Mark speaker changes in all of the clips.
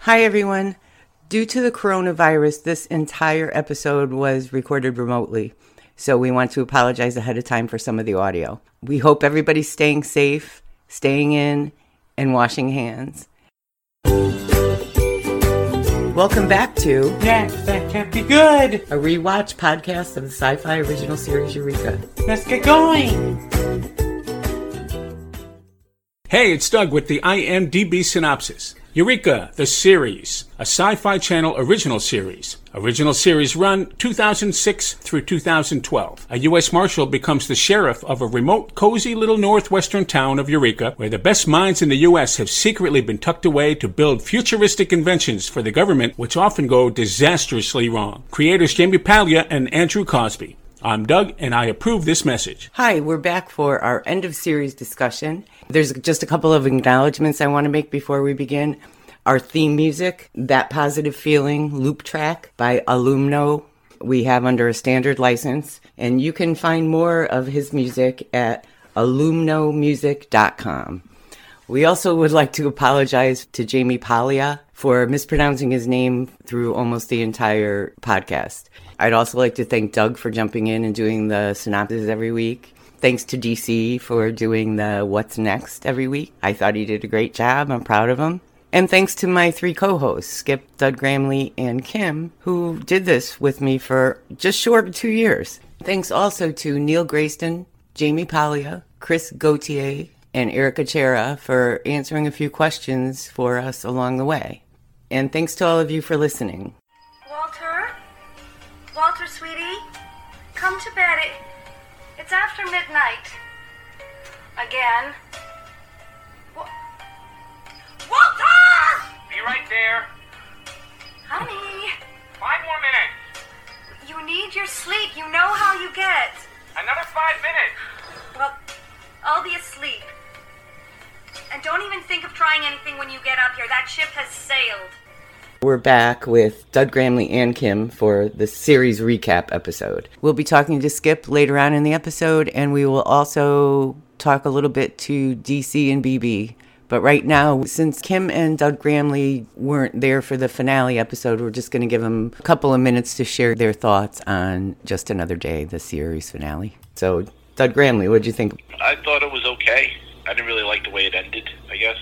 Speaker 1: Hi, everyone. Due to the coronavirus, this entire episode was recorded remotely. So we want to apologize ahead of time for some of the audio. We hope everybody's staying safe, staying in, and washing hands. Welcome back to
Speaker 2: Yeah, that can't be good.
Speaker 1: a rewatch podcast of the sci fi original series Eureka.
Speaker 2: Let's get going.
Speaker 3: Hey, it's Doug with the IMDb synopsis. Eureka, the series, a sci fi channel original series. Original series run 2006 through 2012. A U.S. Marshal becomes the sheriff of a remote, cozy little northwestern town of Eureka, where the best minds in the U.S. have secretly been tucked away to build futuristic inventions for the government, which often go disastrously wrong. Creators Jamie Paglia and Andrew Cosby. I'm Doug, and I approve this message.
Speaker 1: Hi, we're back for our end of series discussion. There's just a couple of acknowledgments I want to make before we begin. Our theme music, That Positive Feeling Loop Track by Alumno, we have under a standard license. And you can find more of his music at alumnomusic.com. We also would like to apologize to Jamie Paglia for mispronouncing his name through almost the entire podcast. I'd also like to thank Doug for jumping in and doing the synopsis every week. Thanks to DC for doing the What's Next every week. I thought he did a great job. I'm proud of him. And thanks to my three co hosts, Skip, Doug Gramley, and Kim, who did this with me for just short of two years. Thanks also to Neil Grayston, Jamie Paglia, Chris Gautier, and Erica Chera for answering a few questions for us along the way. And thanks to all of you for listening.
Speaker 4: Walter? Walter, sweetie? Come to bed. It, it's after midnight. Again. Wa- Walter!
Speaker 5: Be right there.
Speaker 4: Honey,
Speaker 5: Five more minutes.
Speaker 4: you need your sleep. You know how you get.
Speaker 5: Another five minutes.
Speaker 4: Well, I'll be asleep. And don't even think of trying anything when you get up here. That ship has sailed.
Speaker 1: We're back with Doug Gramley and Kim for the series recap episode. We'll be talking to Skip later on in the episode, and we will also talk a little bit to DC and BB. But right now, since Kim and Doug Gramley weren't there for the finale episode, we're just going to give them a couple of minutes to share their thoughts on Just Another Day, the series finale. So, Doug Gramley, what'd you think?
Speaker 6: I thought it was okay. I didn't really like the way it ended, I guess.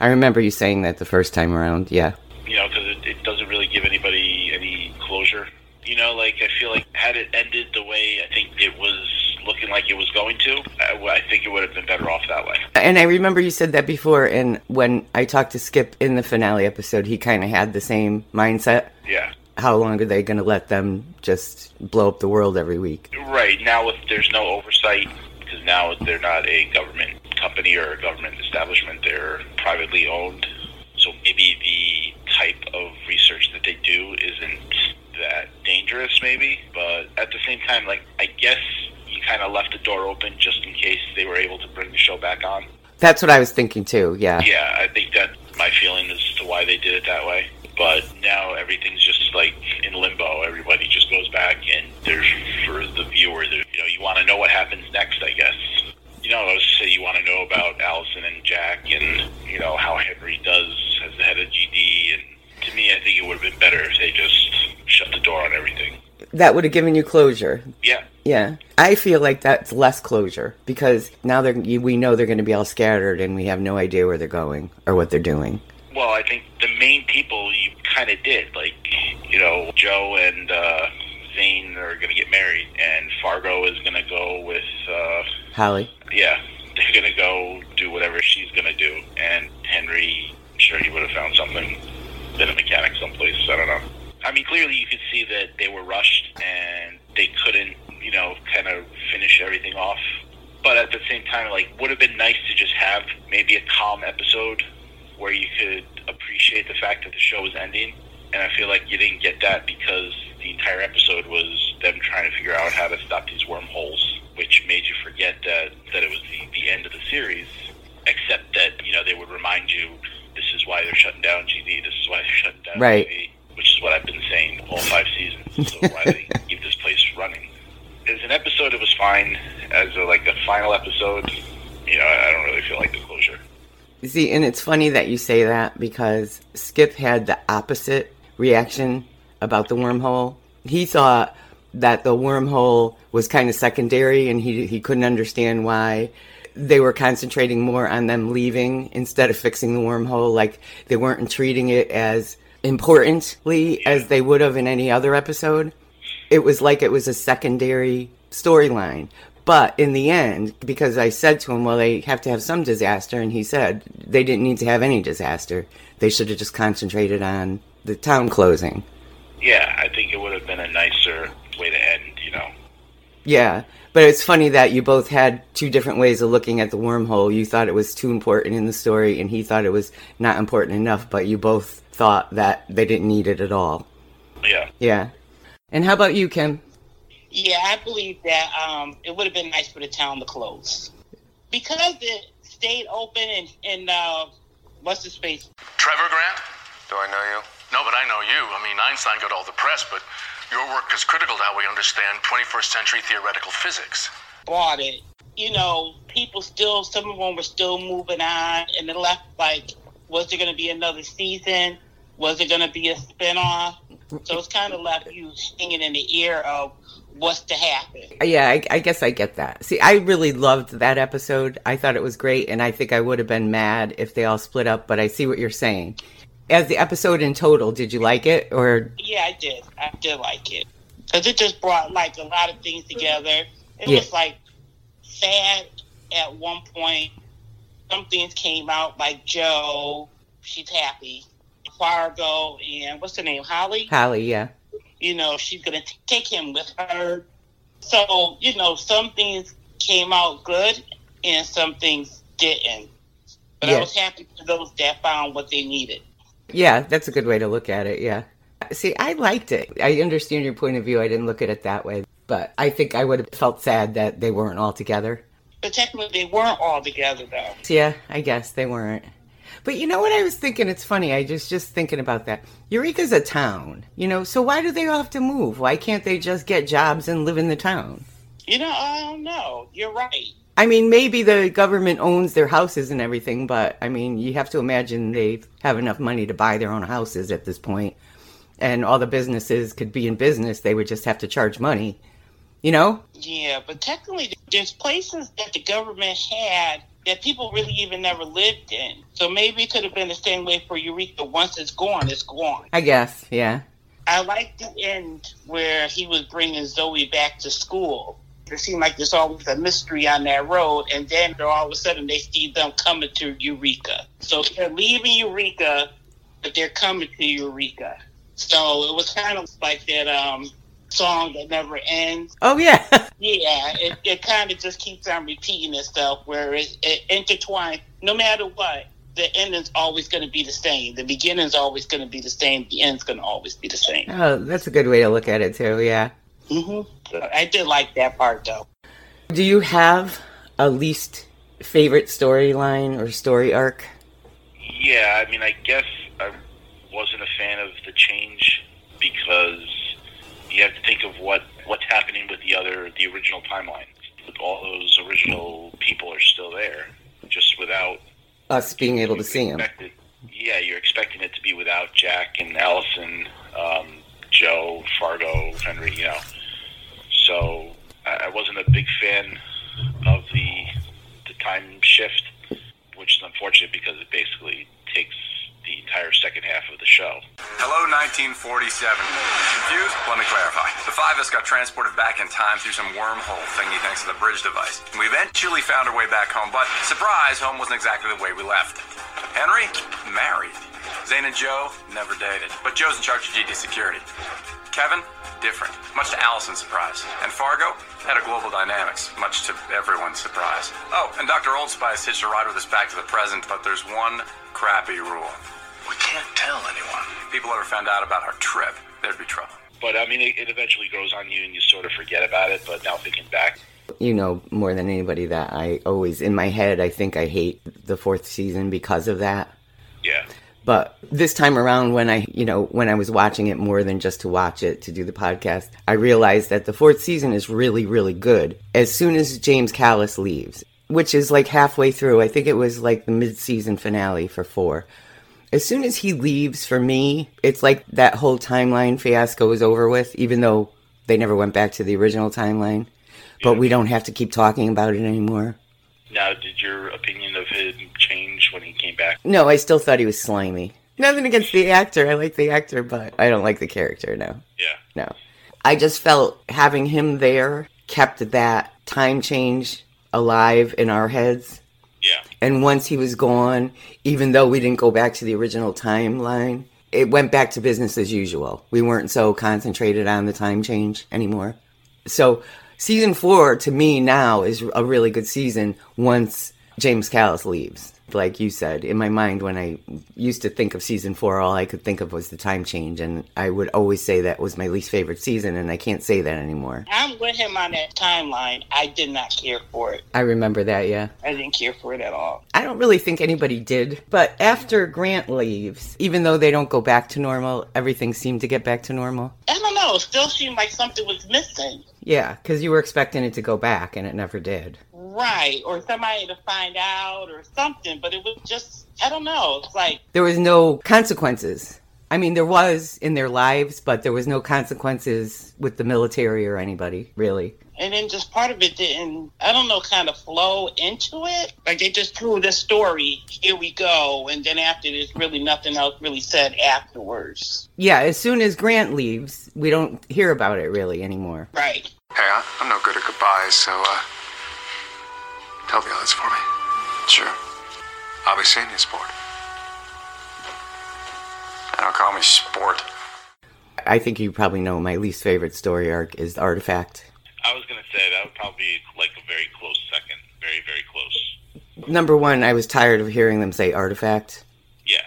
Speaker 1: I remember you saying that the first time around. Yeah.
Speaker 6: You know, because it, it doesn't really give anybody any closure. You know, like, I feel like had it ended the way I think it was looking like it was going to, I, w- I think it would have been better off that way.
Speaker 1: And I remember you said that before. And when I talked to Skip in the finale episode, he kind of had the same mindset.
Speaker 6: Yeah.
Speaker 1: How long are they going to let them just blow up the world every week?
Speaker 6: Right. Now, with there's no oversight, because now they're not a government company or a government establishment, they're privately owned. So maybe the type of research that they do isn't that dangerous, maybe. But at the same time, like, I guess you kind of left the door open just in case they were able to bring the show back on.
Speaker 1: That's what I was thinking too. Yeah.
Speaker 6: Yeah, I think that my feeling as to why they did it that way. But now everything's just like in limbo. Everybody just goes back, and there's for the viewer. There, you know, you want to know what happens next, I guess. You know, I was say you want to know about Allison and Jack, and you know how Henry does as the head of GD. And to me, I think it would have been better if they just shut the door on everything.
Speaker 1: That would have given you closure.
Speaker 6: Yeah,
Speaker 1: Yeah. I feel like that's less closure because now they're, you- we know they're going to be all scattered and we have no idea where they're going or what they're doing.
Speaker 6: Well, I think the main people you kind of did, like you know, Joe and uh, Zane are going to get married, and Fargo is going to go with, uh,
Speaker 1: Holly.
Speaker 6: yeah, they're going to go do whatever she's going to do, and Henry, sure he would have found something, been a mechanic someplace. I don't know. I mean, clearly you could see that they were rushed and they couldn't, you know, kind of finish everything off. But at the same time, like, would have been nice to just have maybe a calm episode where you could appreciate the fact that the show was ending. And I feel like you didn't get that because the entire episode was them trying to figure out how to stop these wormholes, which made you forget that, that it was the, the end of the series, except that, you know, they would remind you this is why they're shutting down GD, this is why they're shutting down
Speaker 1: Right.
Speaker 6: GD which is what I've been saying all five seasons. So why they keep this place running? As an episode, it was fine. As a, like a final episode, you know, I I don't really feel like the closure.
Speaker 1: See, and it's funny that you say that because Skip had the opposite reaction about the wormhole. He thought that the wormhole was kind of secondary and he, he couldn't understand why they were concentrating more on them leaving instead of fixing the wormhole. Like they weren't treating it as importantly as they would have in any other episode. It was like it was a secondary storyline. But in the end, because I said to him, well, they have to have some disaster, and he said they didn't need to have any disaster. They should have just concentrated on the town closing.
Speaker 6: Yeah, I think it would have been a nicer way to end, you know.
Speaker 1: Yeah, but it's funny that you both had two different ways of looking at the wormhole. You thought it was too important in the story, and he thought it was not important enough, but you both thought that they didn't need it at all.
Speaker 6: Yeah.
Speaker 1: Yeah. And how about you, Kim?
Speaker 7: Yeah, I believe that um, it would have been nice for the town to close because it stayed open and, and uh, what's his face?
Speaker 8: Trevor Grant?
Speaker 9: Do I know you?
Speaker 8: No, but I know you. I mean, Einstein got all the press, but your work is critical to how we understand 21st century theoretical physics.
Speaker 7: Bought it. You know, people still, some of them were still moving on, and it left like, was there going to be another season? Was it going to be a spinoff? So it's kind of left you hanging in the ear of what's to happen.
Speaker 1: Yeah, I, I guess I get that. See, I really loved that episode. I thought it was great, and I think I would have been mad if they all split up, but I see what you're saying. As the episode in total, did you like it? Or,
Speaker 7: Yeah, I did. I did like it because it just brought like a lot of things together. It
Speaker 1: Yeah.
Speaker 7: was like sad at one point. Some things came out like Joe. She's happy. Fargo and what's her name, Holly.
Speaker 1: Holly, yeah.
Speaker 7: You know she's gonna t- take him with her. So you know some things came out good and some things didn't. But
Speaker 1: Yeah.
Speaker 7: I was happy for those that found what they needed.
Speaker 1: Yeah, that's a good way to look at it. Yeah. See, I liked it. I understand your point of view. I didn't look at it that way, but I think I would have felt sad that they weren't all together.
Speaker 7: But technically, they weren't all together though.
Speaker 1: Yeah, I guess they weren't. But you know what I was thinking? It's funny. I just just thinking about that. Eureka's a town, you know. So why do they all have to move? Why can't they just get jobs and live in the town?
Speaker 7: You know, I don't know. You're right.
Speaker 1: I mean, maybe the government owns their houses and everything, but I mean, you have to imagine they have enough money to buy their own houses at this point. And all the businesses could be in business, they would just have to charge money. You know?
Speaker 7: Yeah, but technically, there's places that the government had that people really even never lived in. So maybe it could have been the same way for Eureka. Once it's gone, it's gone.
Speaker 1: I guess, yeah.
Speaker 7: I like the end where he was bringing Zoe back to school. It seemed like there's always a mystery on that road, and then they're all of a sudden they see them coming to Eureka. So they're leaving Eureka, but they're coming to Eureka. So it was kind of like that um, song that never ends.
Speaker 1: Oh, yeah.
Speaker 7: Yeah, it, it kind of just keeps on repeating itself where it, it intertwined. No matter what, the ending's always going to be the same. The beginning's always going to be the same. The end's going to always be the same.
Speaker 1: oh, that's a good way to look at it, too, yeah.
Speaker 7: hmm So I did like that part, though.
Speaker 1: Do you have a least favorite storyline or story arc?
Speaker 6: Yeah, I mean, I guess I wasn't a fan of the change because you have to think of what what's happening with the other the original timeline. All those original people are still there, just without
Speaker 1: Us being able to see him.
Speaker 6: expected- Yeah, you're expecting it to be without Jack and Allison, um, Joe, Fargo, Henry. You know, so I, I wasn't a big fan of the the time shift, which is unfortunate because it basically takes the entire second half of the show.
Speaker 9: Hello, 1947. Confused? Let me clarify. The five of us got transported back in time through some wormhole thingy thanks to the bridge device. We eventually found our way back home, but surprise, home wasn't exactly the way we left. Henry? Married. Zane and Joe? Never dated. But Joe's in charge of GD security. Kevin? Different. Much to Allison's surprise. And Fargo? Head of Global Dynamics. Much to everyone's surprise. Oh, and Dr. Old Spice hitched a ride with us back to the present, but there's one crappy rule.
Speaker 8: We can't tell anyone.
Speaker 9: If people ever found out about our trip, there'd be trouble.
Speaker 6: But I mean, it, it eventually grows on you, and you sort of forget about it. But now thinking back,
Speaker 1: you know more than anybody that I always in my head I think I hate the fourth season because of that.
Speaker 6: yeah,
Speaker 1: But this time around when I you know when I was watching it more than just to watch it to do the podcast, I realized that the fourth season is really really good. As soon as James Callis leaves, which is like halfway through. I think it was like the mid season finale for four. As soon as he leaves, for me, it's like that whole timeline fiasco is over with, even though they never went back to the original timeline. But we don't have to keep talking about it anymore.
Speaker 6: Now, did your opinion of him change when he came back?
Speaker 1: No, I still thought he was slimy. Nothing against the actor. I like the actor, but I don't like the character now.
Speaker 6: Yeah.
Speaker 1: No. I just felt having him there kept that time change alive in our heads.
Speaker 6: Yeah.
Speaker 1: And once he was gone, even though we didn't go back to the original timeline, it went back to business as usual. We weren't so concentrated on the time change anymore. So, season four to me now is a really good season once James Callis leaves. Like you said, in my mind, when I used to think of season four, all I could think of was the time change. And I would always say that was my least favorite season, and I can't say that anymore.
Speaker 7: I'm with him on that timeline. I did not care for it.
Speaker 1: I remember that, yeah.
Speaker 7: I didn't care for it at all.
Speaker 1: I don't really think anybody did. But after Grant leaves, even though they don't go back to normal, everything seemed to get back to normal.
Speaker 7: I don't know. It still seemed like something was missing.
Speaker 1: Yeah, because you were expecting it to go back, and it never did.
Speaker 7: Right. Or somebody to find out or something. But it was just, I don't know. It's like,
Speaker 1: There was no consequences. I mean, there was in their lives, but there was no consequences with the military or anybody, really.
Speaker 7: and then just part of it didn't, I don't know, kind of flow into it. Like they just threw this story, here we go. And then after, there's really nothing else really said afterwards.
Speaker 1: Yeah, as soon as Grant leaves, we don't hear about it really anymore.
Speaker 7: Right.
Speaker 8: Hey, I- I'm no good at goodbyes, so uh, tell the others for me.
Speaker 9: Sure.
Speaker 8: I'll be seeing you, sport.
Speaker 9: I don't call me sport.
Speaker 1: I think you probably know my least favorite story arc is the artifact.
Speaker 6: I was going to say that would probably be like a very close second. Very, very close.
Speaker 1: Number one, I was tired of hearing them say artifact.
Speaker 6: Yeah.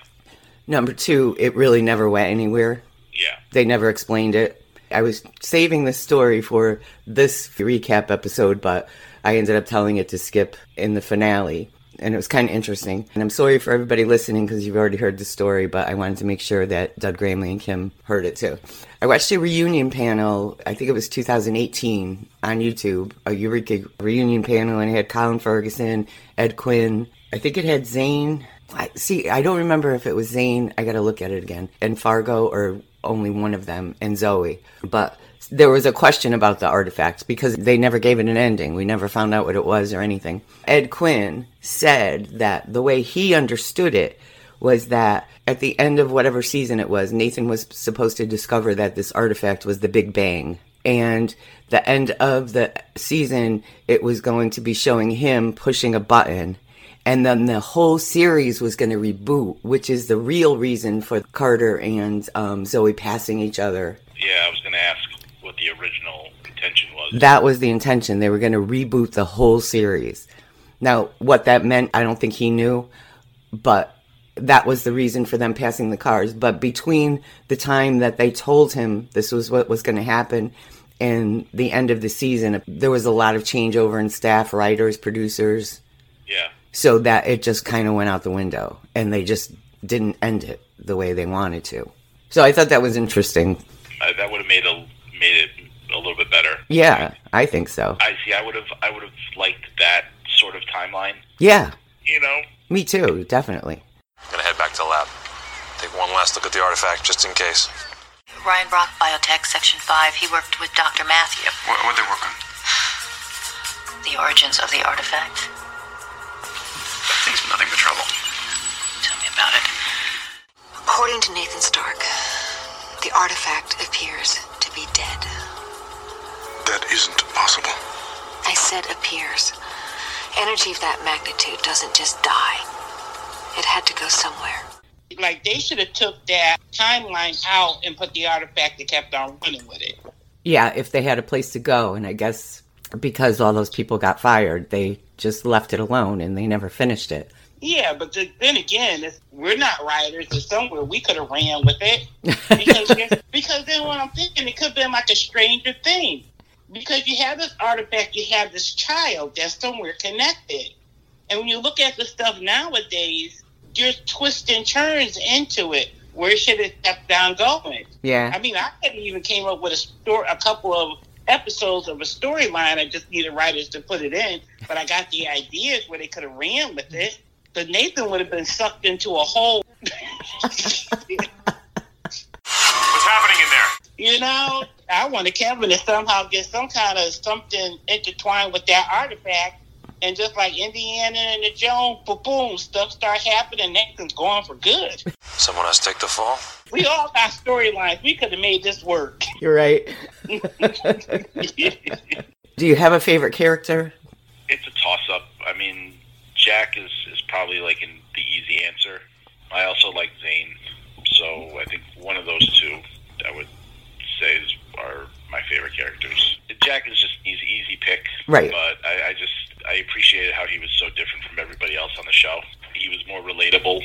Speaker 1: Number two, it really never went anywhere.
Speaker 6: Yeah.
Speaker 1: They never explained it. I was saving this story for this recap episode, but I ended up telling it to Skip in the finale. And it was kind of interesting. And I'm sorry for everybody listening because you've already heard the story, but I wanted to make sure that Doug Gramley and Kim heard it too. I watched a reunion panel, I think it was 2018 on YouTube, a Eureka reunion panel, and it had Colin Ferguson, Ed Quinn. I think it had Zane. I, see, I don't remember if it was Zane. I got to look at it again. And Fargo, or only one of them, and Zoe. But there was a question about the artifact because they never gave it an ending. We never found out what it was or anything. Ed Quinn said that the way he understood it was that at the end of whatever season it was, Nathan was supposed to discover that this artifact was the Big Bang. And the end of the season, it was going to be showing him pushing a button and then the whole series was going to reboot, which is the real reason for Carter and um, Zoe passing each other.
Speaker 6: Yeah, I was going to ask what the original intention was.
Speaker 1: That was the intention. They were going to reboot the whole series. Now, what that meant, I don't think he knew, but that was the reason for them passing the cars. But between the time that they told him this was what was going to happen and the end of the season, there was a lot of changeover in staff, writers, producers,
Speaker 6: yeah.
Speaker 1: so that it just kind of went out the window and they just didn't end it the way they wanted to. So I thought that was interesting.
Speaker 6: Uh, that would have made a made it a little bit better.
Speaker 1: Yeah, I think so.
Speaker 6: I see. I would have I would have liked that sort of timeline.
Speaker 1: Yeah,
Speaker 6: You know,
Speaker 1: me too, definitely.
Speaker 8: I'm gonna head back to the lab. Take one last look at the artifact just in case.
Speaker 10: Ryan Brock, Biotech, Section 5. He worked with Dr. Matthew.
Speaker 9: What, what'd they work on?
Speaker 10: The origins of the artifact.
Speaker 9: That thing's nothing but trouble.
Speaker 10: Tell me about it.
Speaker 11: According to Nathan Stark, the artifact appears to be dead.
Speaker 8: That isn't possible.
Speaker 11: I said appears. Energy of that magnitude doesn't just die. It had to go somewhere.
Speaker 7: Like they should have took that timeline out and put the artifact that kept on running with it.
Speaker 1: Yeah, if they had a place to go, and I guess because all those people got fired, they just left it alone and they never finished it.
Speaker 7: Yeah, but th- then again, it's, we're not writers. It's somewhere we could have ran with it because because then what I'm thinking, it could have been like a Stranger Thing because you have this artifact, you have this child that's somewhere connected, and when you look at the stuff nowadays, there's twists and turns into it. Where should it kept down going?
Speaker 1: Yeah.
Speaker 7: I mean, I could even came up with a story, a couple of episodes of a storyline. I just needed writers to put it in, but I got the ideas where they could have ran with it. But Nathan would have been sucked into a hole.
Speaker 8: What's happening in there?
Speaker 7: You know, I wanted Kevin to somehow get some kind of something intertwined with that artifact. And just like Indiana and the Jones, boom, boom, stuff start happening. Nathan's gone for good.
Speaker 8: Someone else take the fall?
Speaker 7: We all got storylines. We could have made this work.
Speaker 1: You're right. Do you have a favorite character?
Speaker 6: It's a toss up. I mean, Jack is, is probably like in the easy answer. I also like Zane. So I think one of those two I would say is, are my favorite characters. Jack is just he's an easy pick.
Speaker 1: Right.
Speaker 6: But I, I just I appreciated how he was so different from everybody else on the show. He was more relatable,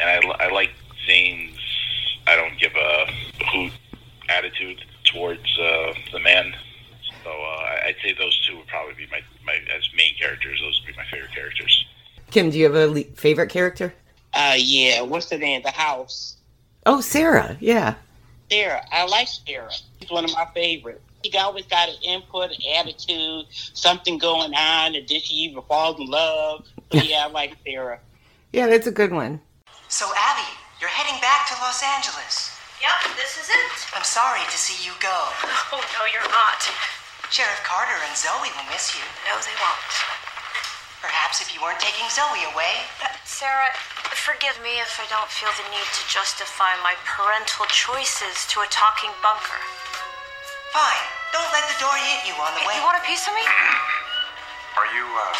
Speaker 6: and I, li- I like Zane's I don't give a hoot attitude towards uh, the man. So uh, I'd say those two would probably be my, my as main characters. Those would be my favorite characters.
Speaker 1: Kim, do you have a le- favorite character?
Speaker 7: Uh, yeah, what's the name? The house.
Speaker 1: Oh, Sarah. Yeah.
Speaker 7: Sarah. I like Sarah. She's one of my favorites. She always got an input, an attitude, something going on, and then she even falls in love. So, yeah, I like Sarah.
Speaker 1: Yeah, that's a good one.
Speaker 12: So, Abby, you're heading back to Los Angeles.
Speaker 4: Yep, this is it.
Speaker 12: I'm sorry to see you go.
Speaker 4: Oh, no, you're not.
Speaker 12: Sheriff Carter and Zoe will miss you.
Speaker 4: No, they won't.
Speaker 12: Perhaps if you weren't taking Zoe away.
Speaker 10: Uh, Sarah, forgive me if I don't feel the need to justify my parental choices to a talking bunker.
Speaker 12: Fine. Don't let the door hit you on the way.
Speaker 10: You want a piece of me?
Speaker 8: Are you uh,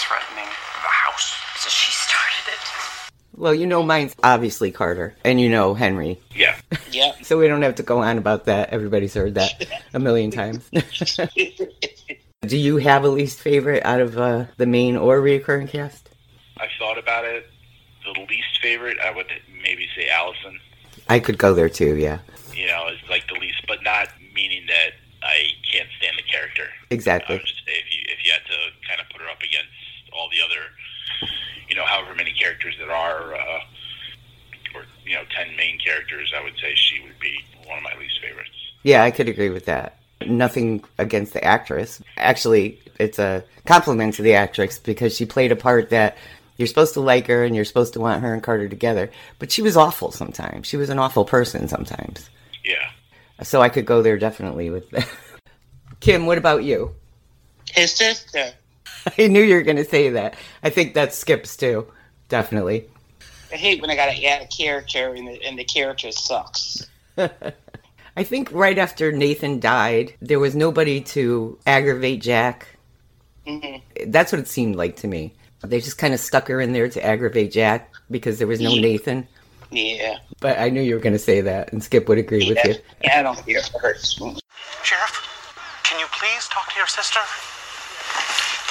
Speaker 8: threatening the house?
Speaker 10: So she started it.
Speaker 1: Well, you know mine's obviously Carter, and you know Henry.
Speaker 6: Yeah.
Speaker 7: Yeah.
Speaker 1: So we don't have to go on about that. Everybody's heard that a million times. Do you have a least favorite out of uh, the main or recurring cast?
Speaker 6: I thought about it. The least favorite, I would maybe say Allison.
Speaker 1: I could go there too, yeah.
Speaker 6: You know, is like the least, but not meaning that I can't stand the character. I
Speaker 1: Exactly.
Speaker 6: would just say if you if you had to kind of put her up against all the other, you know, however many characters there are, uh, or you know, ten main characters, I would say she would be one of my least favorites.
Speaker 1: Yeah, I could agree with that. Nothing against the actress. Actually, it's a compliment to the actress because she played a part that you're supposed to like her and you're supposed to want her and Carter together, but she was awful sometimes. She was an awful person sometimes.
Speaker 6: Yeah.
Speaker 1: So I could go there definitely with that. Kim, what about you?
Speaker 7: His sister.
Speaker 1: I knew you were going to say that. I think that skips too. Definitely.
Speaker 7: I hate when I gotta add a character and the, and the character sucks.
Speaker 1: I think right after Nathan died, there was nobody to aggravate Jack.
Speaker 7: Mhm.
Speaker 1: That's what it seemed like to me. They just kind of stuck her in there to aggravate Jack because there was no
Speaker 7: Yeah.
Speaker 1: Nathan.
Speaker 7: Yeah.
Speaker 1: But I knew you were going to say that, and Skip would agree with you.
Speaker 7: Yeah, I don't care if it hurts.
Speaker 8: Sheriff, can you please talk to your sister?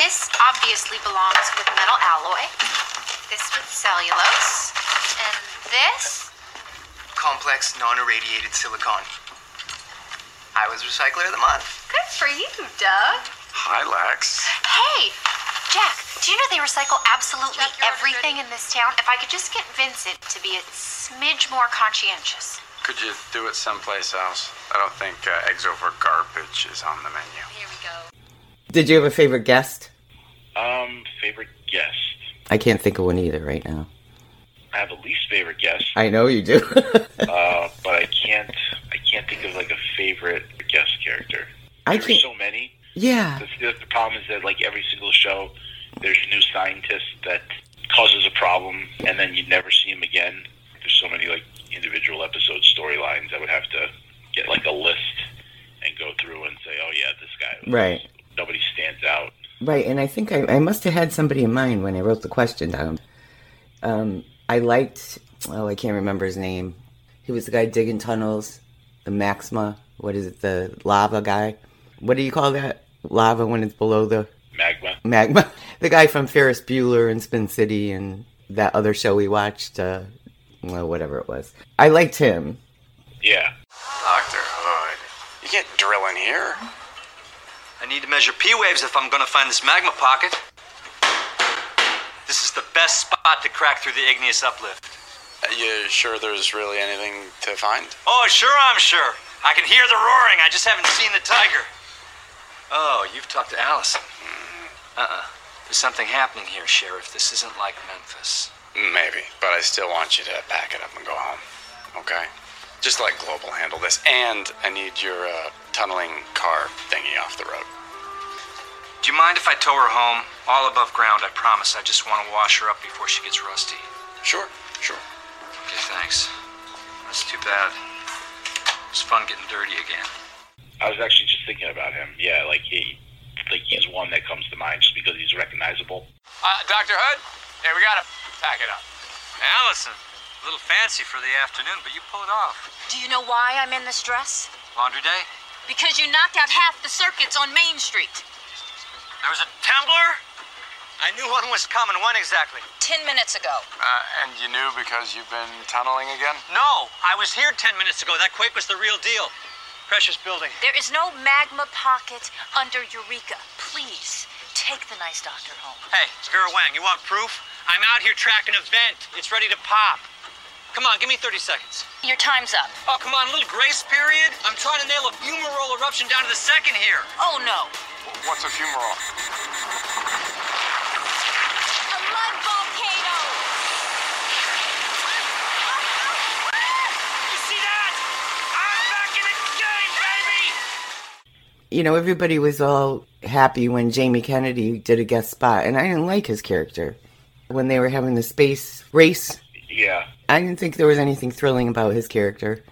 Speaker 10: This obviously belongs with metal alloy, this with cellulose, and this.
Speaker 13: Complex non irradiated silicon. I was Recycler of the Month.
Speaker 10: Good for you, Doug.
Speaker 8: Hi, Lax.
Speaker 10: Hey, Jack, do you know they recycle absolutely everything in this town? If I could just get Vincent to be a smidge more conscientious.
Speaker 9: Could you do it someplace else? I don't think uh, eggs over garbage is on the menu.
Speaker 10: Here we go.
Speaker 1: Did you have a favorite guest?
Speaker 6: Um, favorite guest.
Speaker 1: I can't think of one either right now.
Speaker 6: I have a least favorite guest,
Speaker 1: I know you do.
Speaker 6: uh, but I can't I can't think of like a favorite guest character.
Speaker 1: I
Speaker 6: There's
Speaker 1: can't-
Speaker 6: so many.
Speaker 1: yeah.
Speaker 6: That's- that's the problem is that like every single show, there's a new scientist that causes a problem, and then you never see him again. There's so many like individual episode storylines. I would have to get like a list and go through and say, oh yeah, this guy. was-
Speaker 1: Right.
Speaker 6: Nobody stands out.
Speaker 1: Right, and I think I, I must have had somebody in mind when I wrote the question down. Um, I liked, oh, I can't remember his name. He was the guy digging tunnels, the Maxima. What is it, the lava guy? What do you call that? Lava when it's below the
Speaker 6: Magma.
Speaker 1: magma. The guy from Ferris Bueller and Spin City and that other show we watched, uh, well, whatever it was. I liked him.
Speaker 6: Yeah.
Speaker 13: Dr. Hood. You can't drill in here. I need to measure P waves if I'm gonna find this magma pocket. This is the best spot to crack through the igneous uplift.
Speaker 9: Uh,
Speaker 8: Are you sure there's really anything to find?
Speaker 13: Oh, sure, I'm sure. I can hear the roaring. I just haven't seen the tiger. Oh, you've talked to Allison. Uh-uh. There's something happening here, Sheriff. This isn't like Memphis.
Speaker 9: Maybe, but I still want you to back it up and go home. Okay? Just let Global handle this, and I need your uh, tunneling car thingy off the road.
Speaker 13: Do you mind if I tow her home? All above ground, I promise. I just want to wash her up before she gets rusty.
Speaker 9: Sure, sure.
Speaker 13: Okay, thanks. That's too bad. It's fun getting dirty again.
Speaker 6: I was actually just thinking about him. Yeah, like he, like he's one that comes to mind just because he's recognizable.
Speaker 14: Uh, Dr. Hood? Yeah, we gotta pack it up.
Speaker 13: Allison, a little fancy for the afternoon, but you pull it off.
Speaker 15: Do you know why I'm in this dress?
Speaker 13: Laundry day?
Speaker 15: Because you knocked out half the circuits on Main Street.
Speaker 13: There was a tumbler? I knew one was coming. When exactly?
Speaker 15: Ten minutes ago.
Speaker 9: Uh, and you knew because you've been tunneling again?
Speaker 13: No, I was here ten minutes ago. That quake was the real deal. Precious building.
Speaker 15: There is no magma pocket under Eureka. Please, take the nice doctor home.
Speaker 13: Hey, it's Vera Wang. You want proof? I'm out here tracking a vent. It's ready to pop. Come on, give me 30 seconds.
Speaker 15: Your time's up.
Speaker 13: Oh, come on, a little grace period. I'm trying to nail a fumarole eruption down to the second here.
Speaker 15: Oh, no.
Speaker 9: What's a fumarole?
Speaker 15: A mud volcano!
Speaker 5: You see that? I'm back in the game, baby!
Speaker 1: You know, everybody was all happy when Jamie Kennedy did a guest spot, and I didn't like his character. When they were having the space race,
Speaker 6: Yeah,
Speaker 1: I didn't think there was anything thrilling about his character.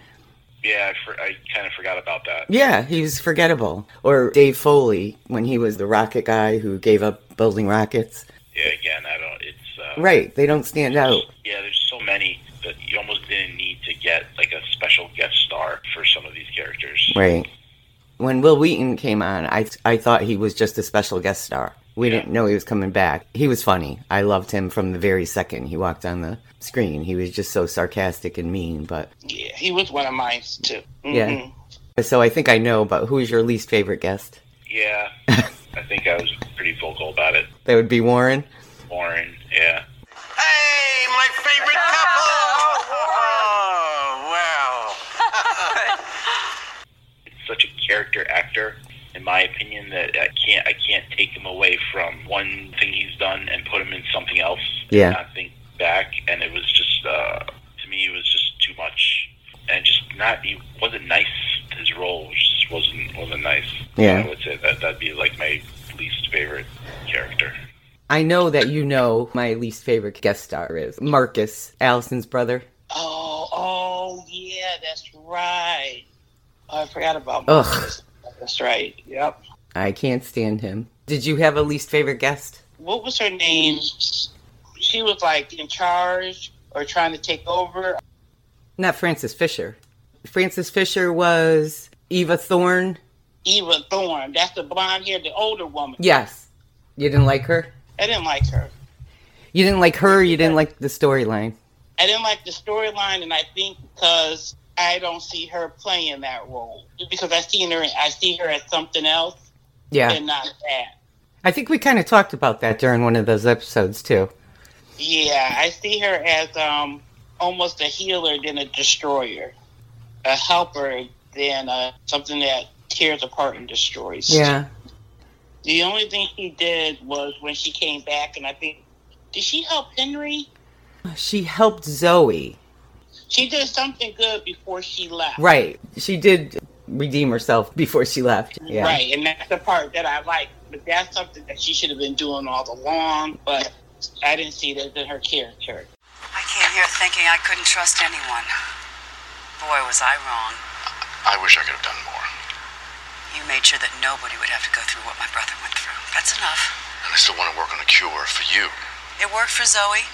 Speaker 6: yeah. I, for, I kind of forgot about that.
Speaker 1: Yeah, he was forgettable. Or Dave Foley when he was the rocket guy who gave up building rockets.
Speaker 6: Yeah, again, I don't. It's uh,
Speaker 1: Right, they don't stand out.
Speaker 6: Yeah, there's so many that you almost didn't need to get like a special guest star for some of these characters.
Speaker 1: Right. When Will Wheaton came on, I I thought he was just a special guest star. We didn't know he was coming back. He was funny. I loved him from the very second he walked on the screen. He was just so sarcastic and mean, but
Speaker 7: Yeah, he was one of mine too. Mhm.
Speaker 1: yeah. So I think I know, but who's your least favorite guest?
Speaker 6: Yeah, I think I was pretty vocal about it.
Speaker 1: That would be Warren.
Speaker 6: Warren. Yeah.
Speaker 13: Hey, my favorite couple!
Speaker 6: Oh wow. Such a character actor, in my opinion, that I can't I can't take him away from one thing he's done and put him in something else.
Speaker 1: Yeah.
Speaker 6: And not think back, and it was just uh, to me it was just too much, and just not he wasn't nice. His role just wasn't wasn't nice.
Speaker 1: Yeah.
Speaker 6: I would say that that'd be like my least favorite character.
Speaker 1: I know that you know my least favorite guest star is Marcus, Allison's brother.
Speaker 7: Oh, oh yeah, that's right. Oh, I forgot about
Speaker 1: Ugh,
Speaker 7: That's right. Yep.
Speaker 1: I can't stand him. Did you have a least favorite guest?
Speaker 7: What was her name? She was like in charge or trying to take over.
Speaker 1: Not Francis Fisher. Francis Fisher was Eva Thorne.
Speaker 7: Eva Thorne. That's the blonde hair, the older woman.
Speaker 1: Yes. You didn't like her?
Speaker 7: I didn't like her.
Speaker 1: You didn't like her, you didn't like the storyline.
Speaker 7: I didn't like the storyline, and I think because I don't see her playing that role because I seen her, I see her as something else,
Speaker 1: Yeah.
Speaker 7: and not that.
Speaker 1: I think we kind of talked about that during one of those episodes, too.
Speaker 7: Yeah, I see her as um almost a healer than a destroyer, a helper than uh, something that tears apart and destroys.
Speaker 1: Yeah.
Speaker 7: The only thing she did was when she came back, and I think did she help Henry?
Speaker 1: She helped Zoe.
Speaker 7: She did something good before she left.
Speaker 1: Right. She did redeem herself before she left. Yeah.
Speaker 7: Right, and that's the part that I like. But that's something that she should have been doing all along, but I didn't see that in her character.
Speaker 16: I came here thinking I couldn't trust anyone. Boy, was I wrong.
Speaker 8: I wish I could have done more.
Speaker 16: You made sure that nobody would have to go through what my brother went through. That's enough.
Speaker 8: And I still want to work on a cure for you.
Speaker 16: It worked for Zoe.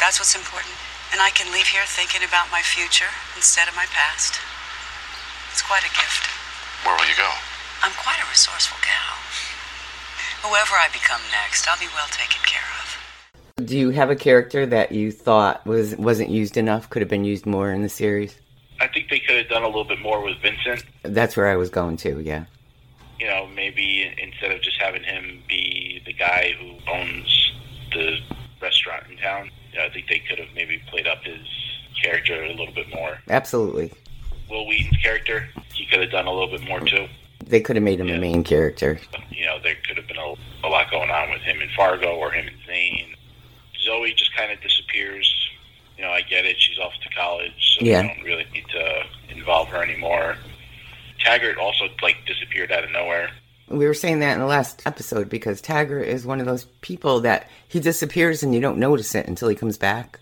Speaker 16: That's what's important. And I can leave here thinking about my future instead of my past. It's quite a gift.
Speaker 8: Where will you go?
Speaker 16: I'm quite a resourceful gal. Whoever I become next, I'll be well taken care of.
Speaker 1: Do you have a character that you thought was wasn't used enough, could have been used more in the series?
Speaker 6: I think they could have done a little bit more with Vincent.
Speaker 1: That's where I was going to, yeah.
Speaker 6: you know, maybe instead of just having him be the guy who owns the restaurant in town, you know, I think they could have maybe played up his character a little bit more.
Speaker 1: Absolutely.
Speaker 6: Will Wheaton's character, he could have done a little bit more too.
Speaker 1: They could have made him a main character.
Speaker 6: You know, there could have been a, a lot going on with him in Fargo or him in Zane. Zoe just kind of disappears. You know, I get it. She's off to college, so
Speaker 1: Yeah.
Speaker 6: we don't really need to involve her anymore. Taggart also like disappeared out of nowhere.
Speaker 1: We were saying that in the last episode because Taggart is one of those people that he disappears and you don't notice it until he comes back.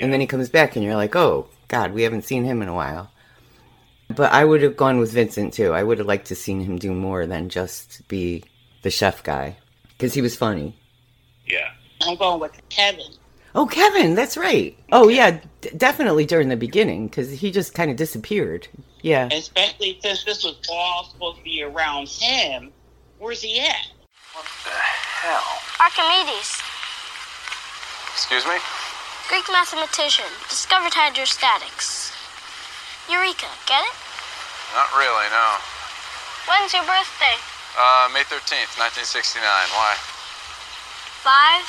Speaker 1: And then he comes back and you're like, oh, God, we haven't seen him in a while. But I would have gone with Vincent too. I would have liked to seen him do more than just be the chef guy because he was funny.
Speaker 7: I'm going with Kevin.
Speaker 1: Oh, Kevin, that's right. Oh, yeah, d- definitely during the beginning because he just kind of disappeared. Yeah.
Speaker 7: Especially since this was all supposed to be around him. Where's he at? What the hell?
Speaker 17: Archimedes,
Speaker 13: Excuse me?
Speaker 17: Greek mathematician, discovered hydrostatics. Eureka, get it?
Speaker 13: Not really, no.
Speaker 17: When's your birthday?
Speaker 13: Uh, May 13th, 1969. Why?
Speaker 17: 5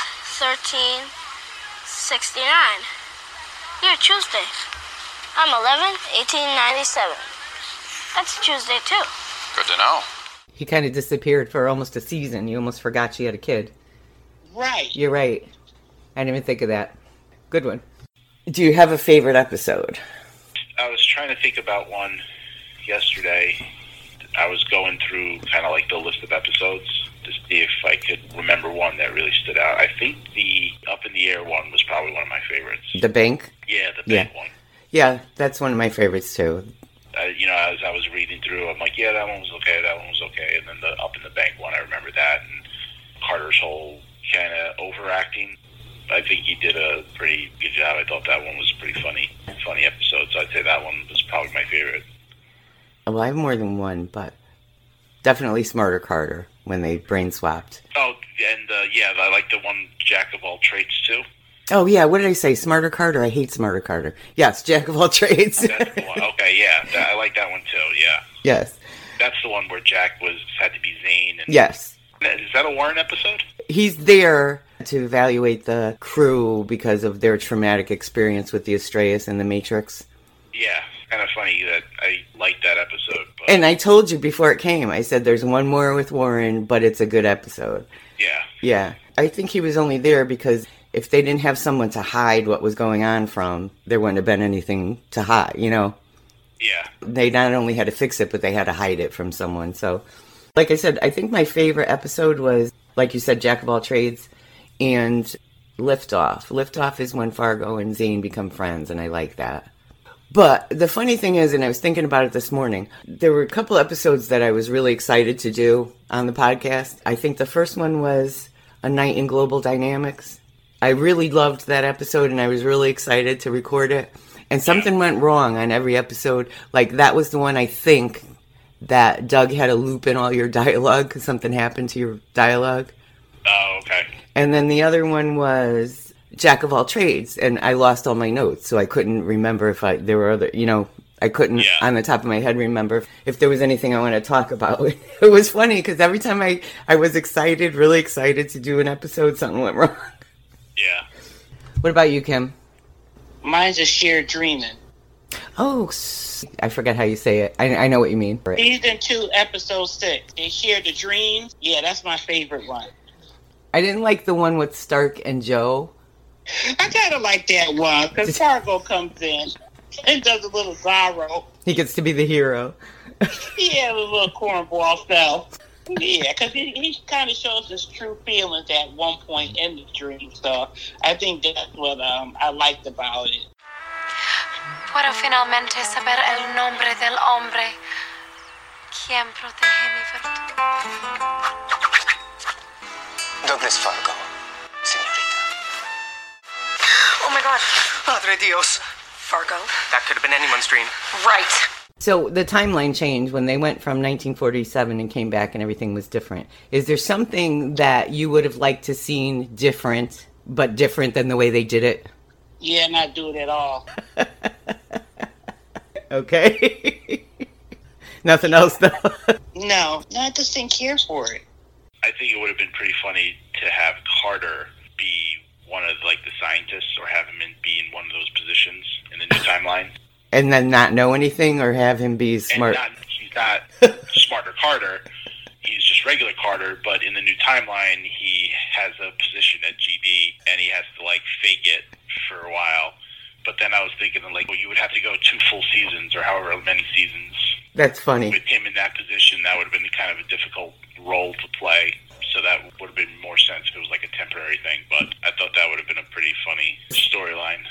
Speaker 17: 13 69. You're Tuesday. I'm 11 1897. That's a Tuesday, too.
Speaker 13: Good to know.
Speaker 1: He kind of disappeared for almost a season. You almost forgot she had a kid.
Speaker 7: Right.
Speaker 1: You're right. I didn't even think of that. Good one. Do you have a favorite episode?
Speaker 6: I was trying to think about one yesterday. I was going through kind of like the list of episodes to see if I could remember one that really stood out. I think the Up in the Air one was probably one of my favorites.
Speaker 1: The bank?
Speaker 6: Yeah, the
Speaker 1: yeah.
Speaker 6: bank one.
Speaker 1: Yeah, that's one of my favorites too.
Speaker 6: I, you know, as I was reading through, I'm like, yeah, that one was okay, that one was okay, and then the Up in the Bank one, I remember that, and Carter's whole kind of overacting. I think he did a pretty good job. I thought that one was a pretty funny, funny episode. So I'd say that one was probably my favorite.
Speaker 1: Well, I have more than one, but definitely Smarter Carter when they brain swapped.
Speaker 6: Oh, and uh, yeah, I like the one Jack of all trades too.
Speaker 1: Oh yeah, what did I say? Smarter Carter. I hate Smarter Carter. Yes, Jack of all trades.
Speaker 6: That's the one. Okay, yeah, that, I like that one too. Yeah,
Speaker 1: yes,
Speaker 6: that's the one where Jack was had to be Zane. And,
Speaker 1: yes.
Speaker 6: Is that a Warren episode?
Speaker 1: He's there to evaluate the crew because of their traumatic experience with the Astraeus and the Matrix.
Speaker 6: Yeah, kind of funny that I liked that episode. But
Speaker 1: And I told you before it came, I said there's one more with Warren, but it's a good episode.
Speaker 6: Yeah.
Speaker 1: Yeah. I think he was only there because if they didn't have someone to hide what was going on from, there wouldn't have been anything to hide, you know?
Speaker 6: Yeah.
Speaker 1: They not only had to fix it, but they had to hide it from someone. So, like I said, I think my favorite episode was, like you said, Jack of All Trades and Liftoff. Liftoff is when Fargo and Zane become friends, and I like that. But the funny thing is, and I was thinking about it this morning, there were a couple episodes that I was really excited to do on the podcast. I think the first one was A Night in Global Dynamics. I really loved that episode and I was really excited to record it. And something went wrong on every episode. Like, that was the one I think that Doug had a loop in all your dialogue because something happened to your dialogue.
Speaker 6: Oh, okay.
Speaker 1: And then the other one was Jack of all trades, and I lost all my notes, so I couldn't remember if I there were other, you know, I couldn't on the top of my head remember if there was anything I want to talk about. it was funny because every time I I was excited, really excited to do an episode, something went wrong.
Speaker 6: Yeah.
Speaker 1: What about you, Kim?
Speaker 7: Mine's a sheer dreaming.
Speaker 1: Oh, s- I forget how you say it. I, I know what you mean.
Speaker 7: Season two, episode six. They share the dreams. Yeah, that's my favorite one.
Speaker 1: I didn't like the one with Stark and Joe.
Speaker 7: I kind of like that one because Fargo comes in and does a little Zorro.
Speaker 1: He gets to be the hero.
Speaker 7: Yeah, a little cornball fell. Yeah, because he, he kind of shows his true feelings at one point in the dream. So I think that's what um, I liked about it.
Speaker 10: Puedo finalmente saber el nombre del hombre quien protege mi virtud.
Speaker 13: Douglas Fargo, señorita.
Speaker 18: Oh my god. Padre Dios. Fargo.
Speaker 19: That could have been anyone's dream.
Speaker 18: Right.
Speaker 1: So the timeline changed when they went from 1947 and came back and everything was different. Is there something that you would have liked to seen different, but different than the way they did it?
Speaker 7: Yeah, not do it at all.
Speaker 1: Okay. Nothing else though.
Speaker 7: No, no, I just didn't care for it.
Speaker 6: I think it would have been pretty funny to have Carter be one of like the scientists, or have him in, be in one of those positions in the new timeline,
Speaker 1: and then not know anything or have him be smart.
Speaker 6: and not he's he's not smarter Carter. He's just regular Carter, but in the new timeline, he has a position at GD and he has to like fake it for a while. But then I was thinking like, well, you would have to go two full seasons or however many seasons
Speaker 1: That's funny.
Speaker 6: with him in that position. That would have been kind of a difficult role to play. So that would have been more sense if it was like a temporary thing. But I thought that would have been a pretty funny storyline.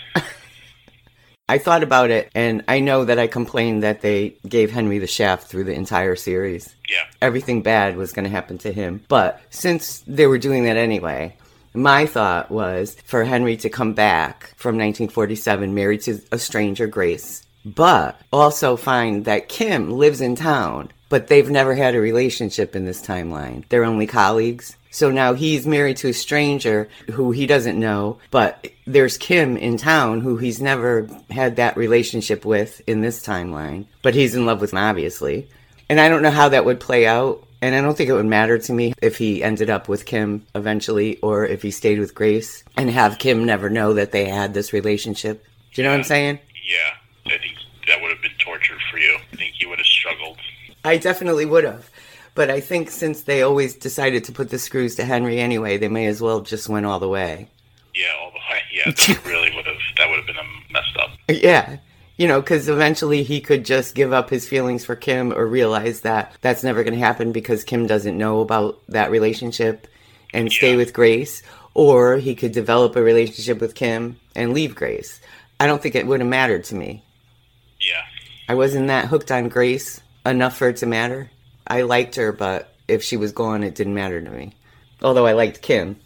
Speaker 1: I thought about it, and I know that I complained that they gave Henry the shaft through the entire series.
Speaker 6: Yeah.
Speaker 1: Everything bad was going to happen to him. But since they were doing that anyway, my thought was for Henry to come back from 1947 married to a stranger, Grace, but also find that Kim lives in town, but they've never had a relationship in this timeline. They're only colleagues. So now he's married to a stranger who he doesn't know, but there's Kim in town who he's never had that relationship with in this timeline, but he's in love with him, obviously. And I don't know how that would play out. And I don't think it would matter to me if he ended up with Kim eventually or if he stayed with Grace and have Kim never know that they had this relationship. Do you know what I'm saying?
Speaker 6: Yeah, I think that would have been torture for you. I think you would have struggled.
Speaker 1: I definitely would have. But I think since they always decided to put the screws to Henry anyway, they may as well just went all the way.
Speaker 6: Yeah, all the way. Yeah, that really would have. That would have been a messed up.
Speaker 1: Yeah. You know, because eventually he could just give up his feelings for Kim or realize that that's never going to happen because Kim doesn't know about that relationship and stay with Grace. Or he could develop a relationship with Kim and leave Grace. I don't think it would have mattered to me.
Speaker 6: Yeah.
Speaker 1: I wasn't that hooked on Grace enough for it to matter. I liked her, but if she was gone, it didn't matter to me. Although I liked Kim.